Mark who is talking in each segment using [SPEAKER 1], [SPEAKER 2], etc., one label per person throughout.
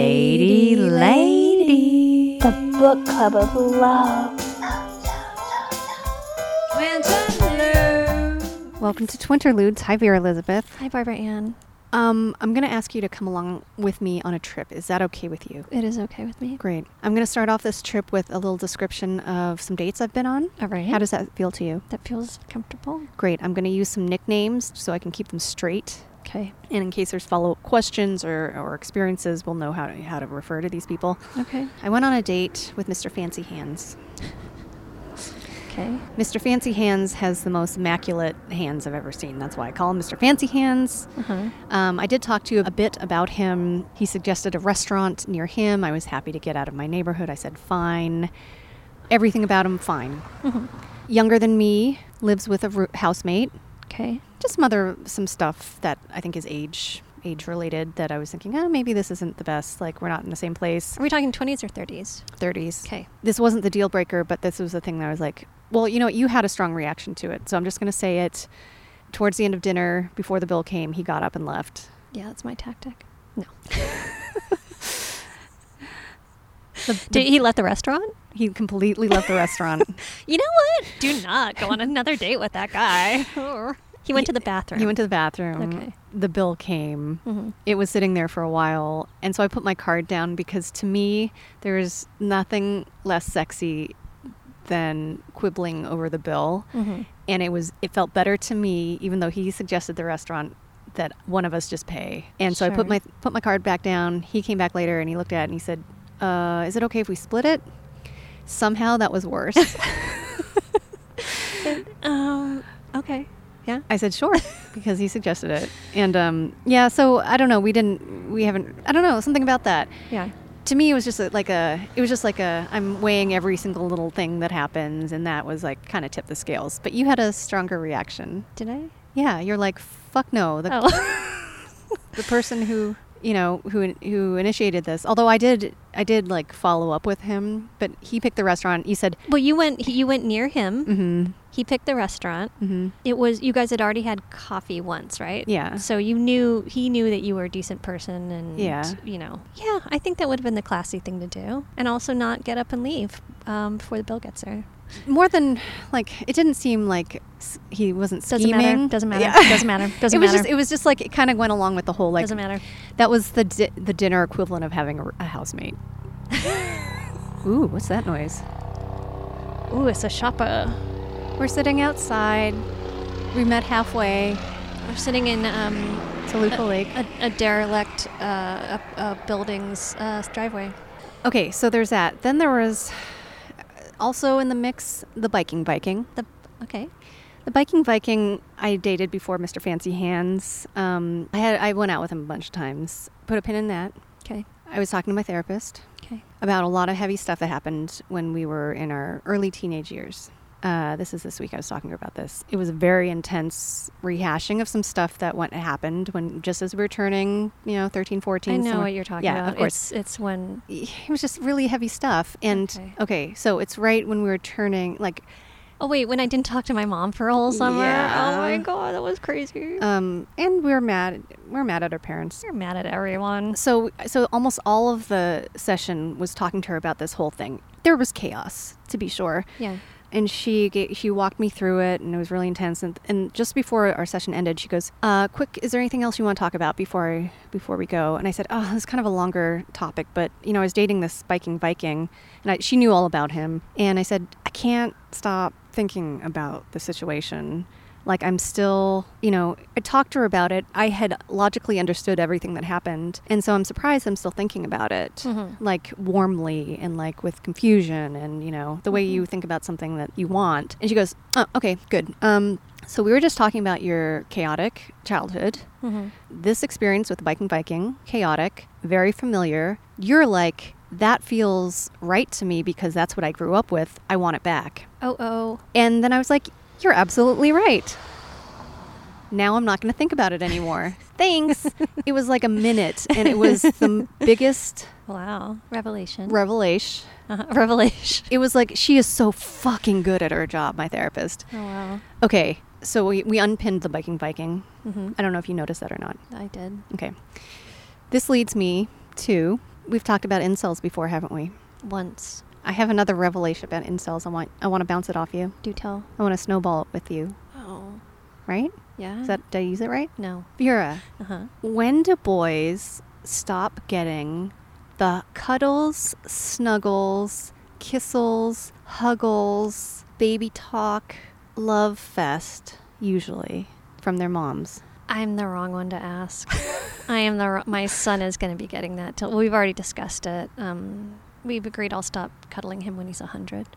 [SPEAKER 1] Datey Lady.
[SPEAKER 2] The book club of love.
[SPEAKER 3] Welcome to Twinterludes. Hi, Vera Elizabeth.
[SPEAKER 2] Hi, Barbara Ann.
[SPEAKER 3] Um, I'm going to ask you to come along with me on a trip. Is that okay with you?
[SPEAKER 2] It is okay with me.
[SPEAKER 3] Great. I'm going to start off this trip with a little description of some dates I've been on.
[SPEAKER 2] All right.
[SPEAKER 3] How does that feel to you?
[SPEAKER 2] that feels comfortable?
[SPEAKER 3] Great. I'm going to use some nicknames so I can keep them straight.
[SPEAKER 2] Okay.
[SPEAKER 3] And in case there's follow up questions or, or experiences, we'll know how to, how to refer to these people.
[SPEAKER 2] Okay.
[SPEAKER 3] I went on a date with Mr. Fancy Hands.
[SPEAKER 2] Okay.
[SPEAKER 3] Mr. Fancy Hands has the most immaculate hands I've ever seen. That's why I call him Mr. Fancy Hands.
[SPEAKER 2] Uh-huh.
[SPEAKER 3] Um, I did talk to you a bit about him. He suggested a restaurant near him. I was happy to get out of my neighborhood. I said, fine. Everything about him, fine. Younger than me, lives with a roo- housemate.
[SPEAKER 2] Okay.
[SPEAKER 3] Just some other some stuff that I think is age age related that I was thinking, oh, maybe this isn't the best. Like we're not in the same place.
[SPEAKER 2] Are we talking 20s or 30s?
[SPEAKER 3] 30s.
[SPEAKER 2] Okay.
[SPEAKER 3] This wasn't the deal breaker, but this was the thing that I was like, well, you know what? You had a strong reaction to it. So I'm just going to say it. Towards the end of dinner, before the bill came, he got up and left.
[SPEAKER 2] Yeah, that's my tactic. No.
[SPEAKER 3] The- the-
[SPEAKER 2] Did he let the restaurant?
[SPEAKER 3] he completely left the restaurant.
[SPEAKER 2] You know what? Do not go on another date with that guy. he went to the bathroom.
[SPEAKER 3] he went to the bathroom.
[SPEAKER 2] Okay.
[SPEAKER 3] The bill came.
[SPEAKER 2] Mhm.
[SPEAKER 3] It was sitting there for a while. And so I put my card down because to me, there is nothing less sexy than quibbling over the bill.
[SPEAKER 2] Mhm.
[SPEAKER 3] And it was it felt better to me, even though he suggested the restaurant that one of us just pay. And so I
[SPEAKER 2] Sure.
[SPEAKER 3] put my put my card back down. He came back later and he looked at it and he said, uh, is it okay if we split it? Somehow that was worse.
[SPEAKER 2] Um, okay. Yeah.
[SPEAKER 3] I said sure because he suggested it, and um, yeah. So I don't know. We didn't. We haven't. I don't know. Something about that.
[SPEAKER 2] Yeah.
[SPEAKER 3] To me, it was just uh, like a. It was just like a. I'm weighing every single little thing that happens, and that was like kind of tipped the scales. But you had a stronger reaction.
[SPEAKER 2] Did I?
[SPEAKER 3] Yeah, you're like fuck no. The,
[SPEAKER 2] Oh.
[SPEAKER 3] the person who you know who who initiated this. Although I did I did like follow up with him, but he picked the restaurant. You said
[SPEAKER 2] well, you went. he- You went near him.
[SPEAKER 3] mm-hmm.
[SPEAKER 2] He picked the restaurant.
[SPEAKER 3] Mm-hmm.
[SPEAKER 2] It was you guys had already had coffee once, right?
[SPEAKER 3] Yeah.
[SPEAKER 2] So you knew he knew that you were a decent person, and
[SPEAKER 3] Yeah.
[SPEAKER 2] you know, yeah. I think that would have been the classy thing to do, and also not get up and leave um, before the bill gets there.
[SPEAKER 3] more than like it didn't seem like s- he wasn't
[SPEAKER 2] Doesn't
[SPEAKER 3] scheming.
[SPEAKER 2] matter. Doesn't matter. Doesn't matter. Doesn't
[SPEAKER 3] it was
[SPEAKER 2] matter.
[SPEAKER 3] just it was just like it kind of went along with the whole like
[SPEAKER 2] Doesn't matter.
[SPEAKER 3] That was the di- the dinner equivalent of having a, r- a housemate. Ooh, what's that noise?
[SPEAKER 2] Ooh, it's a shopper.
[SPEAKER 3] We're sitting outside. We met halfway.
[SPEAKER 2] We're sitting in um,
[SPEAKER 3] Toluca Lake.
[SPEAKER 2] a, a derelict uh, a, a building's uh, driveway.
[SPEAKER 3] Okay, so there's that. Then there was uh, also in the mix the biking biking.
[SPEAKER 2] The okay.
[SPEAKER 3] The biking Viking I dated before Mr. Fancy Hands. Um, I had I went out with him a bunch of times. Put a pin in that.
[SPEAKER 2] Okay.
[SPEAKER 3] I was talking to my therapist
[SPEAKER 2] Okay.
[SPEAKER 3] about a lot of heavy stuff that happened when we were in our early teenage years. Uh, this is this week I was talking to her about this. It was a very intense rehashing of some stuff that went happened when just as we were turning, you know, 13, 14.
[SPEAKER 2] I know
[SPEAKER 3] somewhere-
[SPEAKER 2] what you're talking
[SPEAKER 3] yeah,
[SPEAKER 2] about.
[SPEAKER 3] of course.
[SPEAKER 2] It's, it's when
[SPEAKER 3] it was just really heavy stuff. And
[SPEAKER 2] Okay.
[SPEAKER 3] okay. so it's right when we were turning, like,
[SPEAKER 2] Oh wait, when I didn't talk to my mom for a whole summer. Oh my
[SPEAKER 3] Yeah.
[SPEAKER 2] god, that was crazy.
[SPEAKER 3] um, and we were mad. We were mad at our parents.
[SPEAKER 2] You're mad at everyone.
[SPEAKER 3] So, so almost all of the session was talking to her about this whole thing. There was chaos, to be sure.
[SPEAKER 2] Yeah.
[SPEAKER 3] and she ga- she walked me through it and it was really intense and, and just before our session ended she goes uh, quick is there anything else you want to talk about before I, before we go and i said oh it's kind of a longer topic but you know i was dating this biking viking and I, she knew all about him and i said i can't stop thinking about the situation like i'm still you know i talked to her about it i had logically understood everything that happened and so i'm surprised i'm still thinking about it
[SPEAKER 2] Mhm.
[SPEAKER 3] like warmly and like with confusion and you know the way you think about something that you want and she goes oh, okay good um, so we were just talking about your chaotic childhood
[SPEAKER 2] Mm-hmm.
[SPEAKER 3] this experience with the biking viking chaotic very familiar you're like that feels right to me because that's what i grew up with i want it back
[SPEAKER 2] Oh oh.
[SPEAKER 3] and then I was like, you're absolutely right. Now I'm not going to think about it anymore. Thanks. it was like a minute, and it was the m- biggest
[SPEAKER 2] Wow. Revelation.
[SPEAKER 3] revelation.
[SPEAKER 2] uh-huh. Revelation.
[SPEAKER 3] It was like, she is so fucking good at her job, my therapist.
[SPEAKER 2] Oh wow.
[SPEAKER 3] Okay, so we, we unpinned the biking Viking.
[SPEAKER 2] Mm-hmm.
[SPEAKER 3] I don't know if you noticed that or not.
[SPEAKER 2] I did.
[SPEAKER 3] Okay. This leads me two, we've talked about incels before, haven't we?
[SPEAKER 2] Once.
[SPEAKER 3] I have another revelation about incels. I want I want to bounce it off you.
[SPEAKER 2] Do tell.
[SPEAKER 3] I want to snowball it with you,
[SPEAKER 2] Oh.
[SPEAKER 3] right?
[SPEAKER 2] Yeah.
[SPEAKER 3] Is that did I use it right?
[SPEAKER 2] No.
[SPEAKER 3] Vera,
[SPEAKER 2] Uh huh.
[SPEAKER 3] when do boys stop getting the cuddles, snuggles, kissles, huggles, baby talk, love fest usually from their moms?
[SPEAKER 2] I'm the wrong one to ask. I am the wro- my son is going to be getting that till we've already discussed it. Um, we've agreed I'll stop cuddling him when he's a hundred.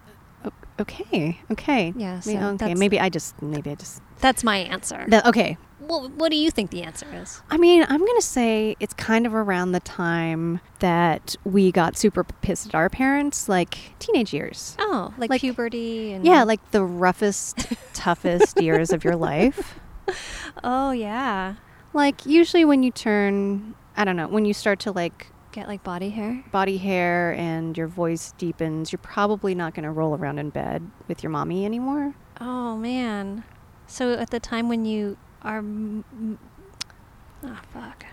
[SPEAKER 3] O- okay, okay.
[SPEAKER 2] Yeah,
[SPEAKER 3] May-
[SPEAKER 2] so
[SPEAKER 3] okay,
[SPEAKER 2] that's-
[SPEAKER 3] maybe I just maybe I just
[SPEAKER 2] That's my answer.
[SPEAKER 3] the, okay.
[SPEAKER 2] well, what do you think the answer is?
[SPEAKER 3] I mean, I'm going to say it's kind of around the time that we got super pissed at our parents, like teenage years.
[SPEAKER 2] Oh, like,
[SPEAKER 3] Like-
[SPEAKER 2] puberty and
[SPEAKER 3] Yeah, like the roughest, toughest years of your life.
[SPEAKER 2] oh yeah,
[SPEAKER 3] Like usually when you turn, I don't know, when you start to like
[SPEAKER 2] get like body hair.
[SPEAKER 3] body hair and your voice deepens, you're probably not going to roll around in bed with your mommy anymore.
[SPEAKER 2] Oh man, so at the time when you are, m- m- oh fuck,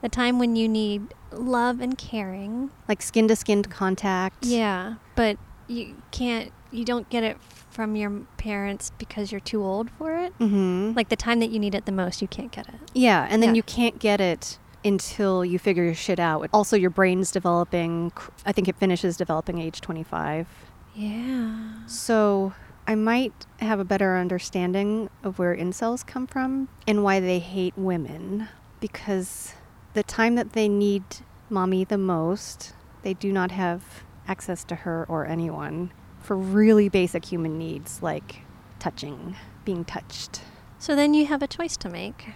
[SPEAKER 2] the time when you need love and caring.
[SPEAKER 3] Like skin to skin contact.
[SPEAKER 2] Yeah, but you can't. You don't get it from your parents because you're too old for it.
[SPEAKER 3] Mhm.
[SPEAKER 2] Like the time that you need it the most, you can't get it.
[SPEAKER 3] Yeah, and then
[SPEAKER 2] Yeah.
[SPEAKER 3] you can't get it until you figure your shit out. Also, your brain's developing. cr- I think it finishes developing age 25.
[SPEAKER 2] Yeah.
[SPEAKER 3] So I might have a better understanding of where incels come from and why they hate women. Because the time that they need mommy the most, they do not have access to her or anyone for really basic human needs like touching, being touched.
[SPEAKER 2] So then you have a choice to make.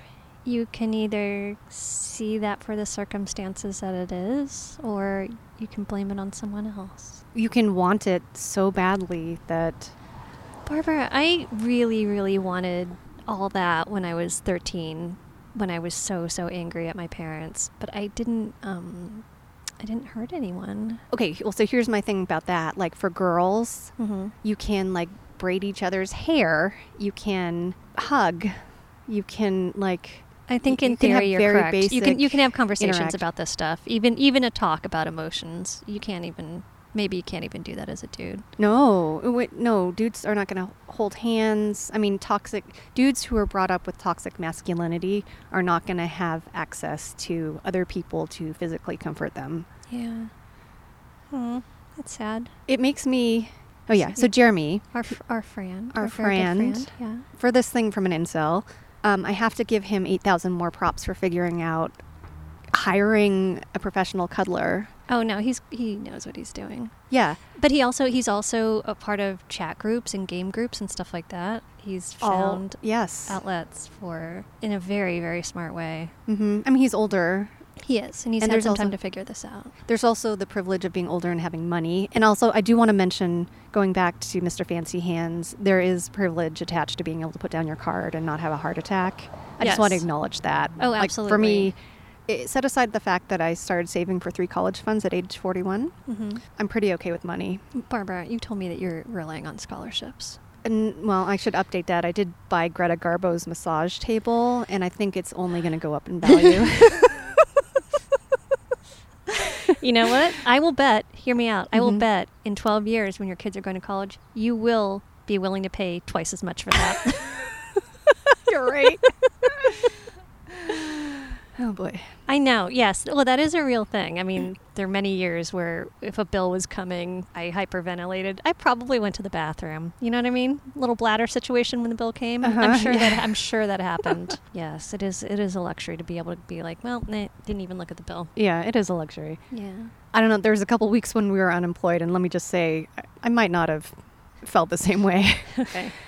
[SPEAKER 2] You can either see that for the circumstances that it is, or you can blame it on someone else.
[SPEAKER 3] You can want it so badly that
[SPEAKER 2] Barbara, I really, really wanted all that when I was 13, when I was so, so angry at my parents, but I didn't, um, I didn't hurt anyone.
[SPEAKER 3] Okay, well, so here's my thing about that. Like for girls,
[SPEAKER 2] Mm-hmm.
[SPEAKER 3] you can like braid each other's hair, you can hug, you can like.
[SPEAKER 2] I think
[SPEAKER 3] you
[SPEAKER 2] in
[SPEAKER 3] can have
[SPEAKER 2] theory you're
[SPEAKER 3] very
[SPEAKER 2] correct. You can you
[SPEAKER 3] basic
[SPEAKER 2] can have conversations
[SPEAKER 3] interact-
[SPEAKER 2] about this stuff, even even a talk about emotions. You can't even maybe you can't even do that as a dude.
[SPEAKER 3] No, wait, no, dudes are not going to hold hands. I mean, toxic dudes who are brought up with toxic masculinity are not going to have access to other people to physically comfort them.
[SPEAKER 2] Yeah. Hmm. That's sad.
[SPEAKER 3] It makes me. Oh yeah, so
[SPEAKER 2] Yeah.
[SPEAKER 3] Jeremy,
[SPEAKER 2] Our f- our Fran, very
[SPEAKER 3] Our
[SPEAKER 2] good
[SPEAKER 3] friend.
[SPEAKER 2] Yeah.
[SPEAKER 3] for this thing from an incel, um, I have to give him 8,000 more props for figuring out hiring a professional cuddler.
[SPEAKER 2] Oh no, he's he knows what he's doing.
[SPEAKER 3] Yeah.
[SPEAKER 2] But he also he's also a part of chat groups and game groups and stuff like that. He's
[SPEAKER 3] all-
[SPEAKER 2] found
[SPEAKER 3] yes.
[SPEAKER 2] outlets for in a very very smart way.
[SPEAKER 3] hmm I mean, he's older.
[SPEAKER 2] He is, and he's
[SPEAKER 3] And
[SPEAKER 2] had
[SPEAKER 3] there's
[SPEAKER 2] some time
[SPEAKER 3] also-
[SPEAKER 2] to figure this out.
[SPEAKER 3] There's also the privilege of being older and having money. And also, I do want to mention, going back to Mr. Fancy Hands, there is privilege attached to being able to put down your card and not have a heart attack. I just want to
[SPEAKER 2] Yes.
[SPEAKER 3] acknowledge that.
[SPEAKER 2] Oh,
[SPEAKER 3] Like, for me, it, set aside the fact that I started saving for three college funds at age 41.
[SPEAKER 2] Mm-hmm.
[SPEAKER 3] I'm pretty okay with money.
[SPEAKER 2] Barbara, you told me that you're relying on scholarships.
[SPEAKER 3] And well, I should update that. I did buy Greta Garbo's massage table, and I think it's only going to go up in value.
[SPEAKER 2] You know what? Mm-hmm. I will bet, hear me out, I will
[SPEAKER 3] Mhm.
[SPEAKER 2] bet in 12 years when your kids are going to college, you will be willing to pay twice as much for that.
[SPEAKER 3] You're right. oh boy.
[SPEAKER 2] I know, yes. Well, that is a real thing. I mean, there are many years where if a bill was coming, I hyperventilated. I probably went to the bathroom. You know what I mean? Little bladder situation when the bill came.
[SPEAKER 3] Uh-huh,
[SPEAKER 2] I'm sure that I'm sure that happened. yes, it is it is a luxury to be able to be like, well, nah, didn't even look at the bill.
[SPEAKER 3] Yeah, it is a luxury.
[SPEAKER 2] Yeah.
[SPEAKER 3] I don't know. There was a couple weeks when we were unemployed, and let me just say, I- I might not have felt the same way.
[SPEAKER 2] Okay.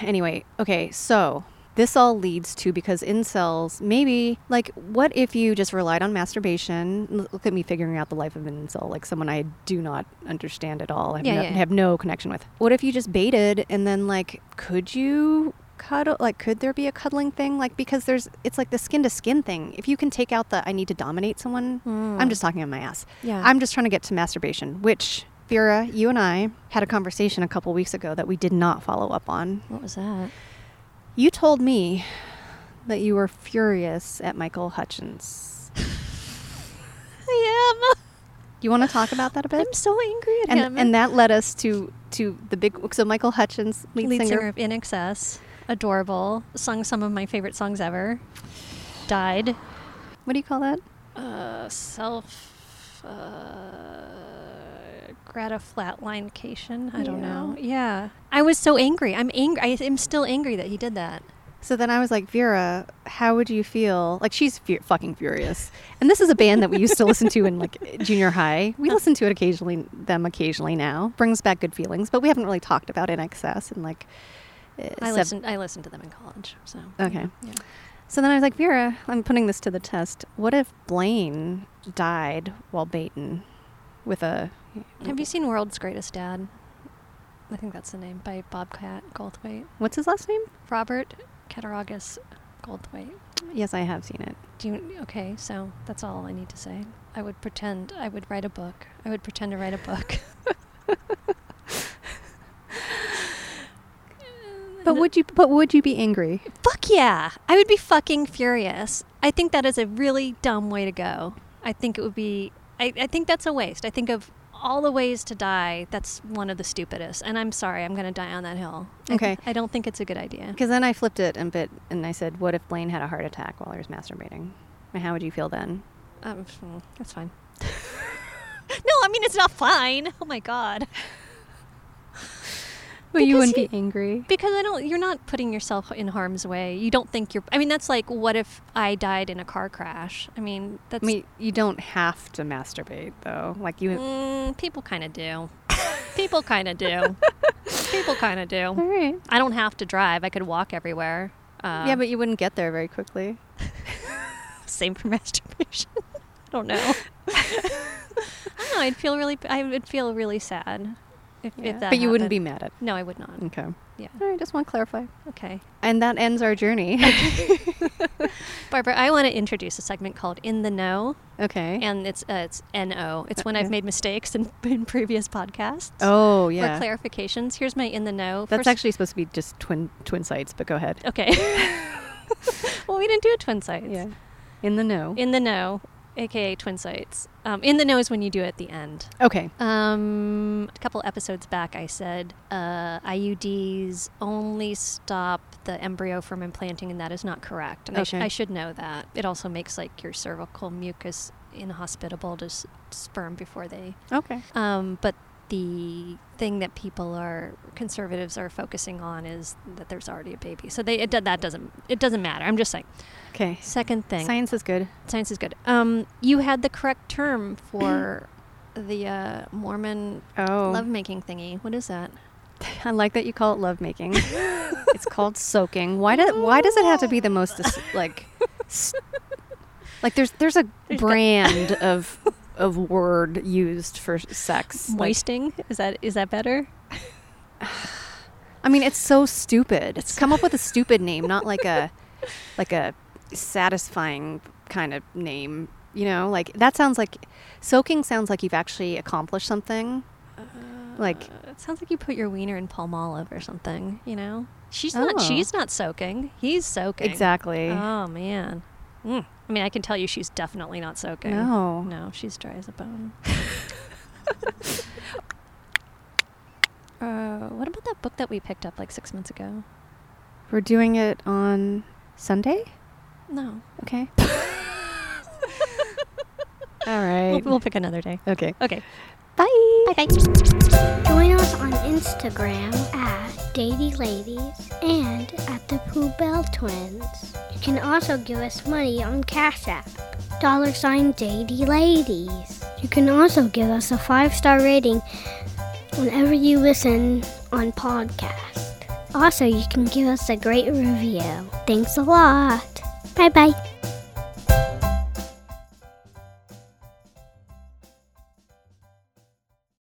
[SPEAKER 3] anyway, okay, so this all leads to because incels, maybe, like, what if you just relied on masturbation? L- Look at me figuring out the life of an incel, like someone I do not understand at all, have,
[SPEAKER 2] Yeah,
[SPEAKER 3] no,
[SPEAKER 2] yeah.
[SPEAKER 3] have no connection with. What if you just baited and then, like, could you cuddle? Like, could there be a cuddling thing? Like, because there's, it's like the skin to skin thing. If you can take out the I need to dominate someone, I'm
[SPEAKER 2] Mm.
[SPEAKER 3] just talking on my ass.
[SPEAKER 2] Yeah.
[SPEAKER 3] I'm just trying to get to masturbation, which. Vera, you and I had a conversation a couple weeks ago that we did not follow up on.
[SPEAKER 2] What was that?
[SPEAKER 3] You told me that you were furious at Michael Hutchins.
[SPEAKER 2] I am.
[SPEAKER 3] You want to talk about that a bit?
[SPEAKER 2] I'm so angry at
[SPEAKER 3] and
[SPEAKER 2] him.
[SPEAKER 3] and that led us to to the big. So Michael Hutchins, lead,
[SPEAKER 2] lead singer of In Excess, adorable, sung some of my favorite songs ever, died.
[SPEAKER 3] What do you call that?
[SPEAKER 2] Uh, self uh, gratiflatlinecation. I don't
[SPEAKER 3] Yeah.
[SPEAKER 2] know. Yeah, I was so angry. I'm angry. I am still angry that he did that.
[SPEAKER 3] So then I was like, Vera, how would you feel? Like she's fu- fucking furious. And this is a band that we used to listen to in like junior high. We listen to it occasionally, them occasionally now. Brings back good feelings, but we haven't really talked about in excess and like. uh,
[SPEAKER 2] I
[SPEAKER 3] sev-
[SPEAKER 2] listened. I listened to them in college. So
[SPEAKER 3] Okay.
[SPEAKER 2] yeah.
[SPEAKER 3] So then I was like, Vera, I'm putting this to the test. What if Blaine died while baiting with a?
[SPEAKER 2] Have you seen World's Greatest Dad? I think that's the name by Bobcat Goldthwait.
[SPEAKER 3] What's his last name?
[SPEAKER 2] Robert Cattaraugus Goldthwait.
[SPEAKER 3] Yes, I have seen it.
[SPEAKER 2] Do you, okay, so that's all I need to say. I would pretend I would write a book. I would pretend to write a book.
[SPEAKER 3] But would you? But would you be angry?
[SPEAKER 2] Fuck yeah. I would be fucking furious. I think that is a really dumb way to go. I think it would be, I, I think that's a waste. I think of all the ways to die, that's one of the stupidest. And I'm sorry, I'm going to die on that hill. I-
[SPEAKER 3] Okay.
[SPEAKER 2] I, don't think it's a good idea.
[SPEAKER 3] Because then I flipped it and bit, and I said, "What if Blaine had a heart attack while he was masturbating? And how would you feel then?"
[SPEAKER 2] Um, mm, that's fine. no, I mean, it's not fine. Oh my God.
[SPEAKER 3] But you
[SPEAKER 2] Because
[SPEAKER 3] wouldn't
[SPEAKER 2] he-
[SPEAKER 3] be angry.
[SPEAKER 2] Because I don't, you're not putting yourself in harm's way. You don't think you're. I mean, that's like, what if I died in a car crash? I mean, that's.
[SPEAKER 3] I mean, you don't have to masturbate though. Like you.
[SPEAKER 2] mm, people kind of do. people kind of do. people kind of
[SPEAKER 3] All
[SPEAKER 2] do.
[SPEAKER 3] right.
[SPEAKER 2] I don't have to drive. I could walk everywhere. Uh,
[SPEAKER 3] yeah, but you wouldn't get there very quickly.
[SPEAKER 2] same for masturbation. I don't know. I don't know. I'd feel really. I would feel really sad if,
[SPEAKER 3] Yeah.
[SPEAKER 2] if that.
[SPEAKER 3] but you wouldn't be
[SPEAKER 2] happened.
[SPEAKER 3] mad at.
[SPEAKER 2] No, I would not.
[SPEAKER 3] Okay.
[SPEAKER 2] Yeah.
[SPEAKER 3] All right. Just want to clarify.
[SPEAKER 2] Okay.
[SPEAKER 3] And that ends our journey.
[SPEAKER 2] Barbara, I want to introduce a segment called "In the Know."
[SPEAKER 3] okay.
[SPEAKER 2] and it's uh, it's no. It's when
[SPEAKER 3] yeah.
[SPEAKER 2] I've made mistakes in, in previous podcasts.
[SPEAKER 3] oh
[SPEAKER 2] Or
[SPEAKER 3] yeah.
[SPEAKER 2] clarifications. Here's my in the know.
[SPEAKER 3] That's
[SPEAKER 2] First-
[SPEAKER 3] actually supposed to be just twin twin sites, but go ahead.
[SPEAKER 2] okay. well, we didn't do a twin sites.
[SPEAKER 3] Yeah. In the know.
[SPEAKER 2] In the know, aka twin sites. Um, in the know is when you do it at the end.
[SPEAKER 3] okay.
[SPEAKER 2] Um, a couple episodes back, I said uh, IUDs only stop the embryo from implanting, and that is not correct. And I, sh-
[SPEAKER 3] Okay.
[SPEAKER 2] I should know that. It also makes like your cervical mucus inhospitable to s- sperm before they
[SPEAKER 3] Okay.
[SPEAKER 2] Um, but the thing that people are conservatives are focusing on is that there's already a baby, so they it, do- that doesn't it doesn't matter. I'm just saying.
[SPEAKER 3] Okay.
[SPEAKER 2] Second thing, science,
[SPEAKER 3] Science is good.
[SPEAKER 2] is good. Um, you had the correct term for the uh, Mormon
[SPEAKER 3] Oh.
[SPEAKER 2] lovemaking thingy. What is that?
[SPEAKER 3] I like that you call it lovemaking. it's called soaking. Why does why does it have to be the most dis- like s- like there's there's a brand of of word used for sex. Like,
[SPEAKER 2] Moisting is that is that better?
[SPEAKER 3] I mean, it's so stupid. It's come up with a stupid name, not like a like a satisfying kind of name. You know, like that sounds like soaking sounds like you've actually accomplished something. Like
[SPEAKER 2] Uh, it sounds like you put your wiener in palm olive or something. You know, she's not
[SPEAKER 3] Oh.
[SPEAKER 2] she's not soaking. He's soaking.
[SPEAKER 3] exactly.
[SPEAKER 2] Oh man. Mm. I mean, I can tell you she's definitely not soaking.
[SPEAKER 3] No.
[SPEAKER 2] No, she's dry as a bone. uh, what about that book that we picked up like six months ago?
[SPEAKER 3] We're doing it on Sunday?
[SPEAKER 2] No.
[SPEAKER 3] Okay. All right.
[SPEAKER 2] We'll, we'll pick another day.
[SPEAKER 3] okay.
[SPEAKER 2] Okay.
[SPEAKER 3] Bye.
[SPEAKER 2] Bye bye.
[SPEAKER 4] Join us on Instagram at Daily Ladies and at the Pooh Bell Twins. You can also give us money on Cash App, dollar sign Daily Ladies. You can also give us a five star rating whenever you listen on podcast. Also, you can give us a great review. Thanks a lot. Bye bye.